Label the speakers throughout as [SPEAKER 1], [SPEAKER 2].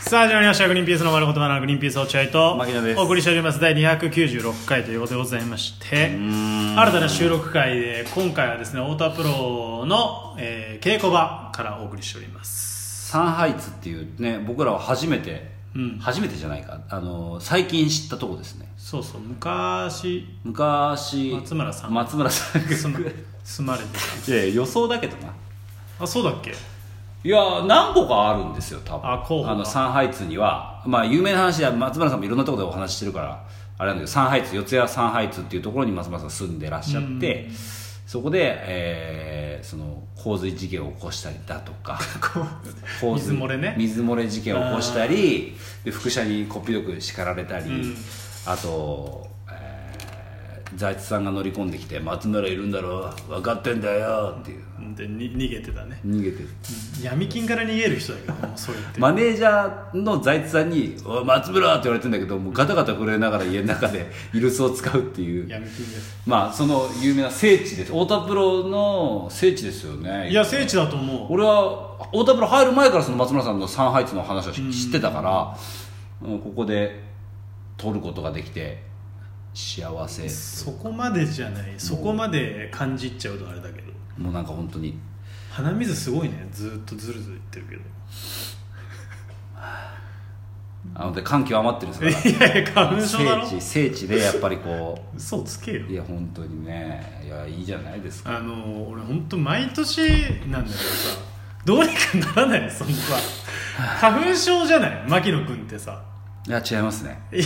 [SPEAKER 1] さあ始まりました「グリーンピースの丸言葉のグリーンピース落合」と
[SPEAKER 2] 牧野です
[SPEAKER 1] お送りしております第296回ということでございまして
[SPEAKER 2] ん
[SPEAKER 1] 新たな収録回で今回はですね太田プロの、えー稽古場からお送りしております
[SPEAKER 2] サンハイツっていうね僕らは初めて、
[SPEAKER 1] うん
[SPEAKER 2] 初めてじゃないかあの最近知ったとこですね
[SPEAKER 1] そうそう昔
[SPEAKER 2] 昔
[SPEAKER 1] 松村さん
[SPEAKER 2] 松村さんが
[SPEAKER 1] 住ま住まれて
[SPEAKER 2] いやいや予想だけどな
[SPEAKER 1] たあそうだっけ
[SPEAKER 2] いや何個かあるんですよ多分
[SPEAKER 1] あ候補が
[SPEAKER 2] のサンハイツにはまあ有名な話では松村さんもいろんなところでお話ししてるからあれなんだけどサンハイツ四谷サンハイツっていうところに松村さん住んでらっしゃってそこで、えーその洪水事件を起こしたりだと か洪水
[SPEAKER 1] 水漏れね
[SPEAKER 2] 水漏れ事件を起こしたりで副社にこっぴどく叱られたり、
[SPEAKER 1] ん
[SPEAKER 2] あと、えー財津さんが乗り込んできて「松村いるんだろ分かってんだよ」っていう
[SPEAKER 1] でに逃げてたね
[SPEAKER 2] 逃げてる
[SPEAKER 1] 闇金から逃げる人だけど ねもうそう言って
[SPEAKER 2] マネージャーの財津さんに「おい松村!」って言われてんだけどもうガタガタ震えながら家の中でイルスを使うっていう
[SPEAKER 1] 闇金です
[SPEAKER 2] まあその有名な聖地です太田プロの聖地ですよね
[SPEAKER 1] いや聖地だと思う
[SPEAKER 2] 俺は太田プロ入る前からその松村さんのサンハイツの話を知知ってたから、うんここで撮ることができて幸せ
[SPEAKER 1] そこまでじゃないそこまで感じっちゃうとあれだけど
[SPEAKER 2] もうなんか本当に
[SPEAKER 1] 鼻水すごいねずーっとずるずるいってるけど
[SPEAKER 2] あので感極まってるんで す
[SPEAKER 1] いやいや
[SPEAKER 2] から
[SPEAKER 1] 花粉症だろ
[SPEAKER 2] 聖地聖地でやっぱりこ
[SPEAKER 1] 嘘つけよ
[SPEAKER 2] ういや本当にねいやいいじゃないですか
[SPEAKER 1] あの俺本当毎年なんだけどさどうにかならない そんな花粉症じゃない牧野君ってさ
[SPEAKER 2] いや違いますね
[SPEAKER 1] いや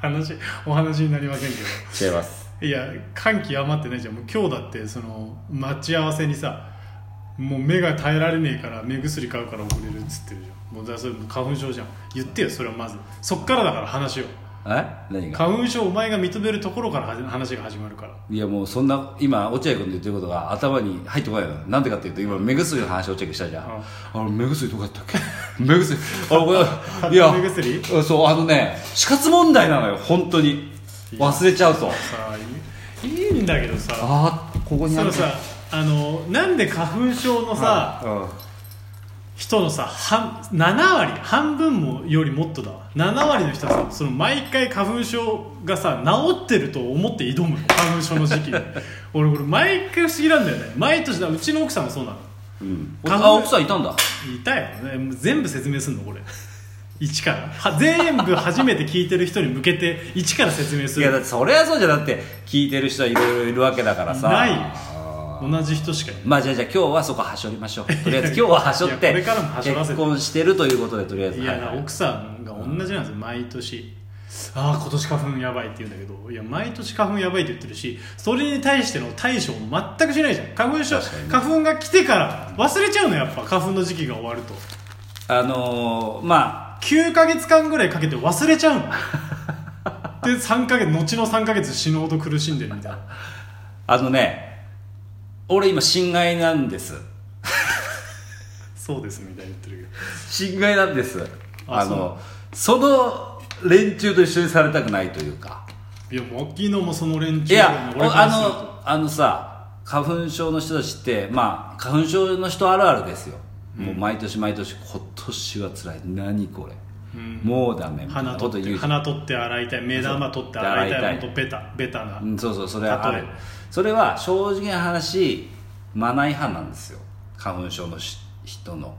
[SPEAKER 1] 話お話になりませんけど
[SPEAKER 2] 違います
[SPEAKER 1] いや感極まってないじゃんもう今日だってその待ち合わせにさもう目が耐えられねえから目薬買うから遅れるっつってるじゃんもうだからそれもう花粉症じゃん言ってよそれはまずそっからだから話を
[SPEAKER 2] え何が
[SPEAKER 1] 花粉症お前が認めるところからはじ話が始まるから
[SPEAKER 2] いやもうそんな今落合君の言ってることが頭に入ってこないのなんでかっていうと今目薬の話落合君したじゃん、
[SPEAKER 1] うん
[SPEAKER 2] あの目薬どこやったっけ 目薬あこれいや
[SPEAKER 1] 目薬
[SPEAKER 2] そうあのね死活問題なのよ本当に忘れちゃうと
[SPEAKER 1] さあいいいいんだけどさ
[SPEAKER 2] ああここに
[SPEAKER 1] そ
[SPEAKER 2] あ
[SPEAKER 1] の
[SPEAKER 2] る
[SPEAKER 1] さあのなんで花粉症のさ、
[SPEAKER 2] うん
[SPEAKER 1] 人のさ半7割半分もよりもっとだわ7割の人はさその毎回花粉症がさ治ってると思って挑むの花粉症の時 期に俺これ毎回不思議なんだよね毎年だうちの奥さんもそうなの
[SPEAKER 2] うん、
[SPEAKER 1] 花粉
[SPEAKER 2] あ奥さんいたんだ
[SPEAKER 1] いたよねもう全部説明すんのこれ一からは全部初めて聞いてる人に向けて一から説明す
[SPEAKER 2] いや
[SPEAKER 1] る
[SPEAKER 2] だってそれはそうじゃんだって聞いてる人はいろいろいるわけだからさ
[SPEAKER 1] ないよ
[SPEAKER 2] あー
[SPEAKER 1] 同じ人しかいない
[SPEAKER 2] まあじゃあじゃあ今日はそこ はしょりましょうとりあえず今日ははしょっ
[SPEAKER 1] いや
[SPEAKER 2] て
[SPEAKER 1] これからもはしょらせ
[SPEAKER 2] 結
[SPEAKER 1] て
[SPEAKER 2] 婚してるということでとりあえず
[SPEAKER 1] いや、
[SPEAKER 2] はい
[SPEAKER 1] 奥さんが同じなんですよ毎年ああ今年花粉やばいって言うんだけどいや毎年花粉やばいって言ってるしそれに対しての対処も全くしないじゃん花粉症、
[SPEAKER 2] 確かにね
[SPEAKER 1] 花粉が来てから忘れちゃうのやっぱ花粉の時期が終わると
[SPEAKER 2] あのー、まあ
[SPEAKER 1] 9ヶ月間ぐらいかけて忘れちゃ うので3ヶ月後の3ヶ月死ぬほど苦しんでるみたいな
[SPEAKER 2] あのね俺今侵害なんです
[SPEAKER 1] そうですみたいに言ってる
[SPEAKER 2] 侵害なんです
[SPEAKER 1] あ
[SPEAKER 2] あのその連中と一緒にされたくないというか
[SPEAKER 1] けどいやもう昨日もその連
[SPEAKER 2] い
[SPEAKER 1] 中
[SPEAKER 2] や
[SPEAKER 1] 俺からすると
[SPEAKER 2] あのあのさ花粉症の人たちってまあ花粉症の人あるあるですよ、もう毎年毎年今年は辛い何これ、もうダメみたいな
[SPEAKER 1] 鼻
[SPEAKER 2] こ
[SPEAKER 1] 取
[SPEAKER 2] と
[SPEAKER 1] っ
[SPEAKER 2] 言
[SPEAKER 1] て
[SPEAKER 2] うじゃん
[SPEAKER 1] 鼻取って洗いたい目玉取って洗いたい
[SPEAKER 2] 洗いた
[SPEAKER 1] ほ
[SPEAKER 2] い
[SPEAKER 1] んとベタベタな、
[SPEAKER 2] うん、そうそうそれはあ
[SPEAKER 1] 例
[SPEAKER 2] る
[SPEAKER 1] え
[SPEAKER 2] それは正直な話マナー違反なんですよ花粉症のし人の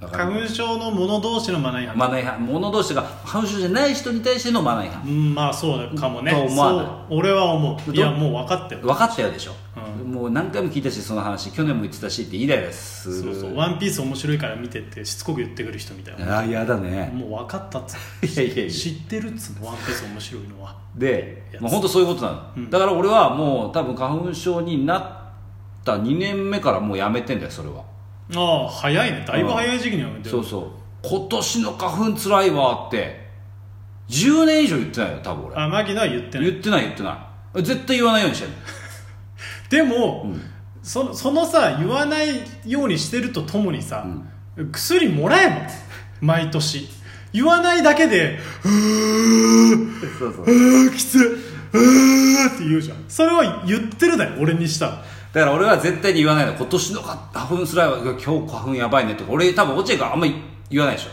[SPEAKER 2] だから
[SPEAKER 1] 花粉症の者同士のマナー違反、
[SPEAKER 2] マナー違反物同士が花粉症じゃない人に対してのマナー違反
[SPEAKER 1] うんまあそうかもね
[SPEAKER 2] と思わない
[SPEAKER 1] そう俺は思う
[SPEAKER 2] ど
[SPEAKER 1] いやもう分かってる
[SPEAKER 2] 分かったよでしょ、もう何回も聞いたしその話去年も言ってたしってイライラする
[SPEAKER 1] そうそう「ワンピース面白いから見て」ってしつこく言ってくる人みたいな
[SPEAKER 2] ああやだね
[SPEAKER 1] もう分かったっつう
[SPEAKER 2] いやいやいや
[SPEAKER 1] 知ってるっつうの「ワンピース面白いのは
[SPEAKER 2] で
[SPEAKER 1] や、つ
[SPEAKER 2] まあ、本当そういうことなの、だから俺はもう多分花粉症になった2年目からもうやめてんだよそれは
[SPEAKER 1] ああ早いねだいぶ早い時期にはめてる
[SPEAKER 2] そうそう今年の花粉つらいわって10年以上言ってないよ多分俺
[SPEAKER 1] あ牧野は言ってない
[SPEAKER 2] 言ってない言ってない絶対言わないようにしてる
[SPEAKER 1] でも、そのそのさ言わないようにしてるとともにさ、薬もらえば毎年言わないだけで「うー
[SPEAKER 2] そうそう
[SPEAKER 1] うーきついうー」って言うじゃんそれは言ってるだよ俺にしたら
[SPEAKER 2] だから俺は絶対に言わないの今年の花粉つらいわ今日花粉やばいねとか俺多分落合があんまり言わないでしょ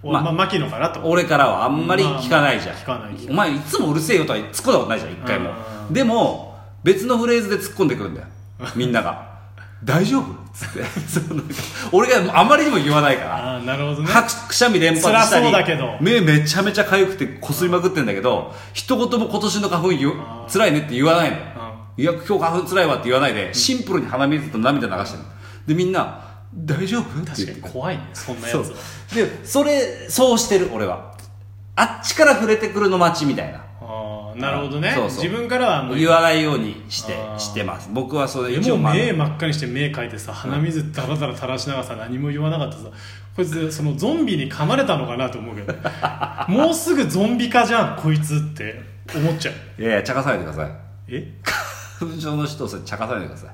[SPEAKER 1] お
[SPEAKER 2] まあ
[SPEAKER 1] まあ、牧野からと
[SPEAKER 2] 俺からはあんまり聞かないじゃん、
[SPEAKER 1] まあまあ聞かない聞かない
[SPEAKER 2] お前いつもうるせえよとは突っ込んだことないじゃん一回も
[SPEAKER 1] うん
[SPEAKER 2] でも別のフレーズで突っ込んでくるんだよ みんなが大丈夫っつって そのなんか俺があまりにも言わないから
[SPEAKER 1] ああなるほどね
[SPEAKER 2] はくくしゃみ連発した
[SPEAKER 1] 辛そ
[SPEAKER 2] り
[SPEAKER 1] うだけど
[SPEAKER 2] 目めちゃめちゃ痒くてこすりまくってんだけど一言も今年の花粉よ
[SPEAKER 1] あー
[SPEAKER 2] 辛いねって言わないの
[SPEAKER 1] あ
[SPEAKER 2] いや今日花粉辛いわって言わないでシンプルに鼻水と涙流してるのでみんな大丈夫って言
[SPEAKER 1] 確
[SPEAKER 2] っ
[SPEAKER 1] かに
[SPEAKER 2] て
[SPEAKER 1] 怖いねそんなや
[SPEAKER 2] そう
[SPEAKER 1] つは
[SPEAKER 2] でそれそうしてる俺はあっちから触れてくるの待ちみたいな
[SPEAKER 1] ああなるほどね
[SPEAKER 2] そうそう
[SPEAKER 1] 自分からはもう
[SPEAKER 2] 言わないようにして
[SPEAKER 1] あー
[SPEAKER 2] してます僕はそれ
[SPEAKER 1] で
[SPEAKER 2] 一応
[SPEAKER 1] も
[SPEAKER 2] まあ
[SPEAKER 1] 目真っ赤にして目かいてさ鼻水ダラダラ垂らしながらさ何も言わなかったさこいつそのゾンビに噛まれたのかなと思うけど もうすぐゾンビ化じゃんこいつって思っちゃう
[SPEAKER 2] いやいや茶化さないでください
[SPEAKER 1] え
[SPEAKER 2] 花粉症の人をそれ茶化さないでく ださい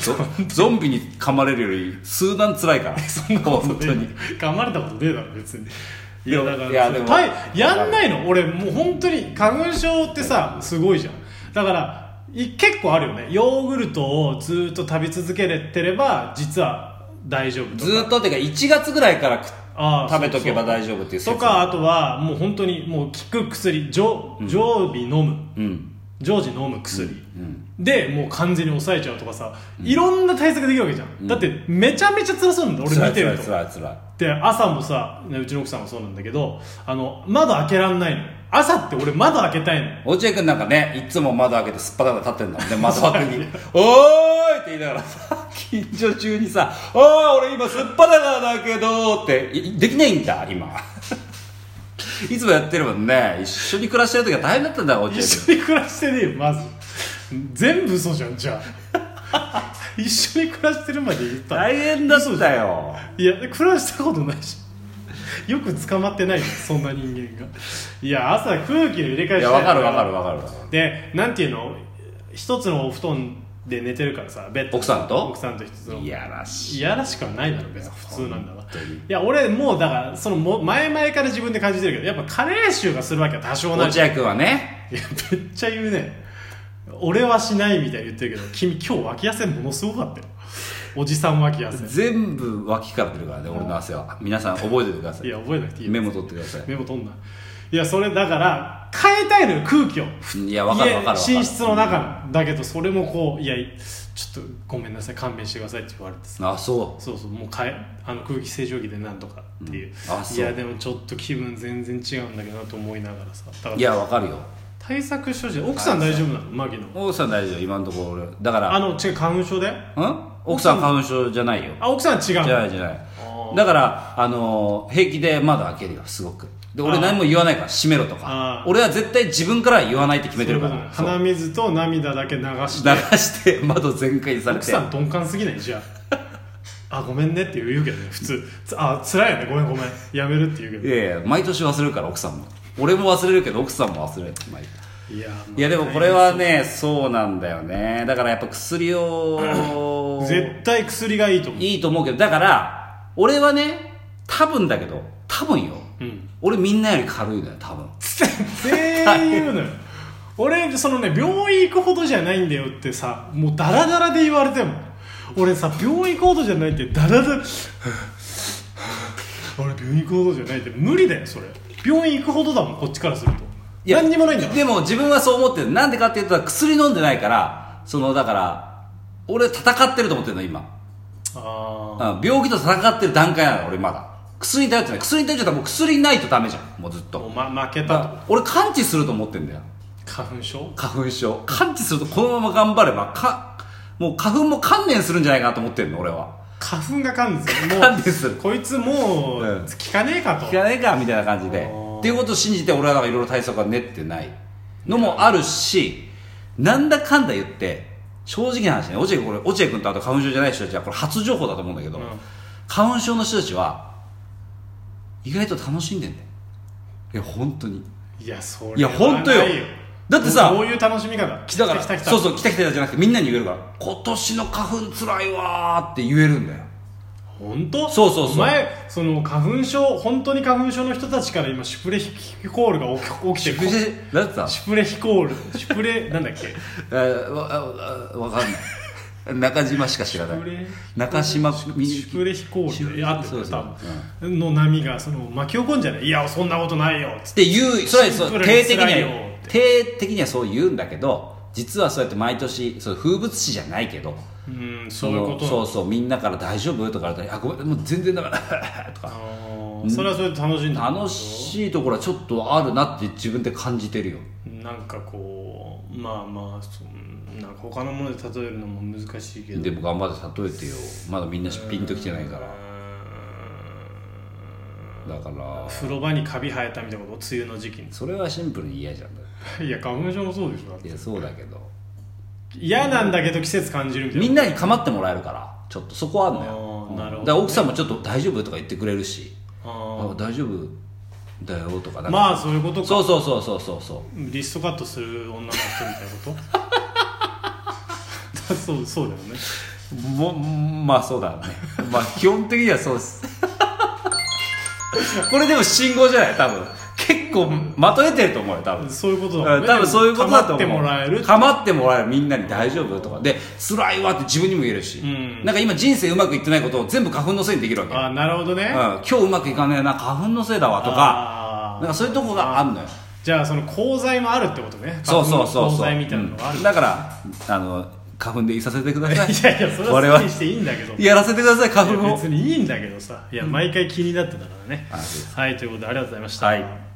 [SPEAKER 2] ゾゾンビに噛まれるより数段辛いから そんなこと本当に
[SPEAKER 1] 噛まれたことねえだろ別にいやだから
[SPEAKER 2] いやでも
[SPEAKER 1] たいやんないの俺もう本当に花粉症ってさすごいじゃんだからい結構あるよねヨーグルトをずっと食べ続けてれば実は大丈夫とか
[SPEAKER 2] ずーっとっていうか1月ぐらいから食
[SPEAKER 1] あー
[SPEAKER 2] 食べとけば
[SPEAKER 1] そうそう
[SPEAKER 2] 大丈夫っていう説
[SPEAKER 1] とかあとはもう本当にもう効く薬常常備飲む、
[SPEAKER 2] うん
[SPEAKER 1] 常時飲む薬、
[SPEAKER 2] うん
[SPEAKER 1] でもう完全に抑えちゃうとかさ、いろんな対策できるわけじゃん、だってめちゃめちゃ辛そうなんだ俺見てると
[SPEAKER 2] 辛い辛い辛い
[SPEAKER 1] で朝もさねうちの奥さんもそうなんだけどあの窓開けらんないの朝って俺窓開けたいの
[SPEAKER 2] 落合君なんかねいつも窓開けてすっぱだか立ってんだもんね窓枠に「おーい!」って言いながらさ近所中にさ「ああ俺今すっぱだかだけど」っていできないんだ今いつもやってるもんね一緒に暮らしてる時は大変だったんだ落合君
[SPEAKER 1] 一緒に暮らしてねえよまず全部嘘じゃんじゃあ 一緒に暮らしてるまで言ったら
[SPEAKER 2] 大変だったよ
[SPEAKER 1] いや暮らしたことないし よく捕まってないよそんな人間がいや朝空気の入れ替え
[SPEAKER 2] いや
[SPEAKER 1] わ
[SPEAKER 2] わかるわかるわかる
[SPEAKER 1] でなんていうの一つのお布団で寝てるからさベッド
[SPEAKER 2] 奥さんと
[SPEAKER 1] 奥さんと一つの
[SPEAKER 2] いやらしい
[SPEAKER 1] いやらしくはないだろ別に普通なんだわ
[SPEAKER 2] 当に
[SPEAKER 1] いや俺もうだからそのも前々から自分で感じてるけどやっぱ加齢臭がするわけは多少なりい
[SPEAKER 2] 落合君はね
[SPEAKER 1] やめっちゃ言うね俺はしないみたいに言ってるけど君今日脇汗ものすごかったよおじさん脇汗
[SPEAKER 2] 全部脇から出るからね俺の汗は皆さん覚えててくださ
[SPEAKER 1] い
[SPEAKER 2] い
[SPEAKER 1] や覚えなくていいよ
[SPEAKER 2] メモ取ってください
[SPEAKER 1] メモ取んないやそれだから変えたいのよ空気を
[SPEAKER 2] いやわかるわかるわかる
[SPEAKER 1] 家寝室の中のだけどそれもこういやちょっとごめんなさい勘弁してくださいって言われてさ
[SPEAKER 2] あそう
[SPEAKER 1] そうそうもう変えあの空気清浄機でなんとかっていう,、
[SPEAKER 2] うんあそう
[SPEAKER 1] いやでもちょっと気分全然違うんだけどなと思いながらさだか
[SPEAKER 2] い
[SPEAKER 1] ら
[SPEAKER 2] やわかるよ
[SPEAKER 1] 対策処置奥さん大丈夫なのマギの
[SPEAKER 2] 奥さん大丈夫今のところ俺だから
[SPEAKER 1] あの違う花粉症であ
[SPEAKER 2] ん奥さん花粉症じゃないよ
[SPEAKER 1] 奥さんは違う
[SPEAKER 2] じゃ
[SPEAKER 1] の
[SPEAKER 2] ないじゃない
[SPEAKER 1] あー
[SPEAKER 2] だからあのー平気で窓開けるよすごくで
[SPEAKER 1] あ
[SPEAKER 2] 俺
[SPEAKER 1] ー
[SPEAKER 2] 何も言わないから閉めろとか
[SPEAKER 1] あー
[SPEAKER 2] 俺は絶対自分からは言わないって決めてるか
[SPEAKER 1] そういう
[SPEAKER 2] ら
[SPEAKER 1] ことなの鼻水と涙だけ流
[SPEAKER 2] そ
[SPEAKER 1] し
[SPEAKER 2] う
[SPEAKER 1] て
[SPEAKER 2] 流して窓全開にされ
[SPEAKER 1] 奥
[SPEAKER 2] て
[SPEAKER 1] さん鈍感すぎないじゃああごめんねって言うけどね普通つあ辛いよねごめんごめんやめるって言うけ
[SPEAKER 2] いやいや毎年忘れるから奥さんも俺も忘れるけど奥さんも忘れる毎回
[SPEAKER 1] どいや
[SPEAKER 2] いやでもこれはねそうなんだよねだからやっぱ薬を
[SPEAKER 1] 絶対薬がいいと思う
[SPEAKER 2] いいと思うけどだから俺はね多分だけど多分よ、
[SPEAKER 1] うん
[SPEAKER 2] 俺みんなより軽いのよ多分
[SPEAKER 1] 全員言うのよ俺そのね病院行くほどじゃないんだよってさもうダラダラで言われても俺さ病院行くほどじゃないってダラダラ俺病院行くほどじゃないって無理だよそれ病院行くほどだもんこっちからすると
[SPEAKER 2] いや
[SPEAKER 1] 何にもないんだから
[SPEAKER 2] でも自分はそう思ってるなんでかっていうと薬飲んでないからそのだから俺戦ってると思ってるの今、
[SPEAKER 1] あ
[SPEAKER 2] う
[SPEAKER 1] ー
[SPEAKER 2] ん、病気と戦ってる段階なの俺まだ薬に頼ってない薬に頼っちゃったらもう薬ないとダメじゃんもうずっ
[SPEAKER 1] お
[SPEAKER 2] と
[SPEAKER 1] ま負け
[SPEAKER 2] だ
[SPEAKER 1] た
[SPEAKER 2] か
[SPEAKER 1] と
[SPEAKER 2] ら俺完治すると思ってんだよ
[SPEAKER 1] 花粉症
[SPEAKER 2] 花粉症完治するとこのまま頑張ればかもう花粉も観念するんじゃないかなと思ってんの俺は
[SPEAKER 1] 花粉が噛んで
[SPEAKER 2] 噛んでる
[SPEAKER 1] こいつもう
[SPEAKER 2] うん
[SPEAKER 1] 聞かねえかと、
[SPEAKER 2] 聞かないかみたいな感じで
[SPEAKER 1] おー
[SPEAKER 2] っていうことを信じて俺はなんかいろいろ対策が練ってないのもあるしなんだかんだ言って正直な話ね落合これ落合君とあと花粉症じゃない人たちはこれ初情報だと思うんだけど、
[SPEAKER 1] うん
[SPEAKER 2] 花粉症の人たちは意外と楽しんでんだよいや本当に
[SPEAKER 1] いやそれはい
[SPEAKER 2] や本当
[SPEAKER 1] ない
[SPEAKER 2] よだってさ
[SPEAKER 1] どういう楽しみ方
[SPEAKER 2] 来たから
[SPEAKER 1] 来た来た
[SPEAKER 2] そうそう来た来たじゃなくてみんなに言えるから今年の花粉つらいわーって言えるんだよ
[SPEAKER 1] 本当
[SPEAKER 2] そうそうそ
[SPEAKER 1] お
[SPEAKER 2] う
[SPEAKER 1] 前その花粉症本当に花粉症の人たちから今シュプレヒコールが起き起きてる
[SPEAKER 2] だってさ
[SPEAKER 1] シュプレヒコールシュプレなんだっけ
[SPEAKER 2] えーわわわわかんない中島しか知らない
[SPEAKER 1] シュプレ
[SPEAKER 2] 中島みゆ
[SPEAKER 1] シ
[SPEAKER 2] き
[SPEAKER 1] ュプレ飛行
[SPEAKER 2] シュプ
[SPEAKER 1] で
[SPEAKER 2] レ
[SPEAKER 1] あってた
[SPEAKER 2] そうそう
[SPEAKER 1] 多分の波がその巻き起こんじゃないいやそんなことないよつっ
[SPEAKER 2] っていうそれはそう
[SPEAKER 1] シンプルに
[SPEAKER 2] 定的に
[SPEAKER 1] 辛いよ
[SPEAKER 2] は定的にはそう言うんだけど実はそうやって毎年そう風物詩じゃないけど
[SPEAKER 1] てうんそういうこと
[SPEAKER 2] そのそうそうみんなから「大丈夫?」とか言われたら「あごめんもう全然だから」と
[SPEAKER 1] あ
[SPEAKER 2] か
[SPEAKER 1] ーそれはそれで楽しいんだ
[SPEAKER 2] 楽しいところはちょっとあるなって自分で感じてるよ
[SPEAKER 1] なんかこうまあまあそんなんか他のもので例えるのも難しいけど
[SPEAKER 2] でも頑張って例えてよまだみんなピンときてないからだから
[SPEAKER 1] 風呂場にカビ生えたみたいなこと梅雨の時期に
[SPEAKER 2] それはシンプルに嫌じゃんだっ
[SPEAKER 1] いや花粉症もそうでしょだって
[SPEAKER 2] ていやそうだけど
[SPEAKER 1] 嫌なんだけど季節感じるみたいな
[SPEAKER 2] みんなに構ってもらえるからちょっとそこはあるの
[SPEAKER 1] あーなる
[SPEAKER 2] よ
[SPEAKER 1] ほどね
[SPEAKER 2] だから奥さんもちょっと「大丈夫?」とか言ってくれるし「
[SPEAKER 1] あ
[SPEAKER 2] あ大丈夫だよ」と
[SPEAKER 1] ー
[SPEAKER 2] かなんか
[SPEAKER 1] まあそういうことか
[SPEAKER 2] そうそうそうそうそうそう
[SPEAKER 1] リストカットする女の人みたいなこと だそうそうだよね
[SPEAKER 2] もまあそうだ ねまあ基本的にはそうですこれでも信号じゃない多分結構まとえてると思うよ多分
[SPEAKER 1] そういうことだもん
[SPEAKER 2] うん
[SPEAKER 1] ね
[SPEAKER 2] 多分そういうことだ
[SPEAKER 1] 構
[SPEAKER 2] と思う
[SPEAKER 1] ってもらえる
[SPEAKER 2] 構ってもらえるみんなに大丈夫とかで辛いわって自分にも言えるし、
[SPEAKER 1] ん
[SPEAKER 2] なんか今人生うまくいってないことを全部花粉のせいにできるわけ、
[SPEAKER 1] ああなるほどね
[SPEAKER 2] うん、今日うまくいかねえな花粉のせいだわとか
[SPEAKER 1] あ
[SPEAKER 2] な
[SPEAKER 1] ー
[SPEAKER 2] んかそういうとこがあるのよ
[SPEAKER 1] じゃあその功罪もあるってことね
[SPEAKER 2] そうそうそ
[SPEAKER 1] 花粉の功
[SPEAKER 2] うそう、
[SPEAKER 1] 罪みたいなのがある、
[SPEAKER 2] うんだからあの花粉でいさせてください
[SPEAKER 1] いやいやそれは
[SPEAKER 2] 我
[SPEAKER 1] 好き
[SPEAKER 2] 々
[SPEAKER 1] にしていいんだけど
[SPEAKER 2] やらせてください花粉を
[SPEAKER 1] 別にいいんだけどさいや毎回気になってたからね、
[SPEAKER 2] あそうで
[SPEAKER 1] はいということでありがとうございました、
[SPEAKER 2] はい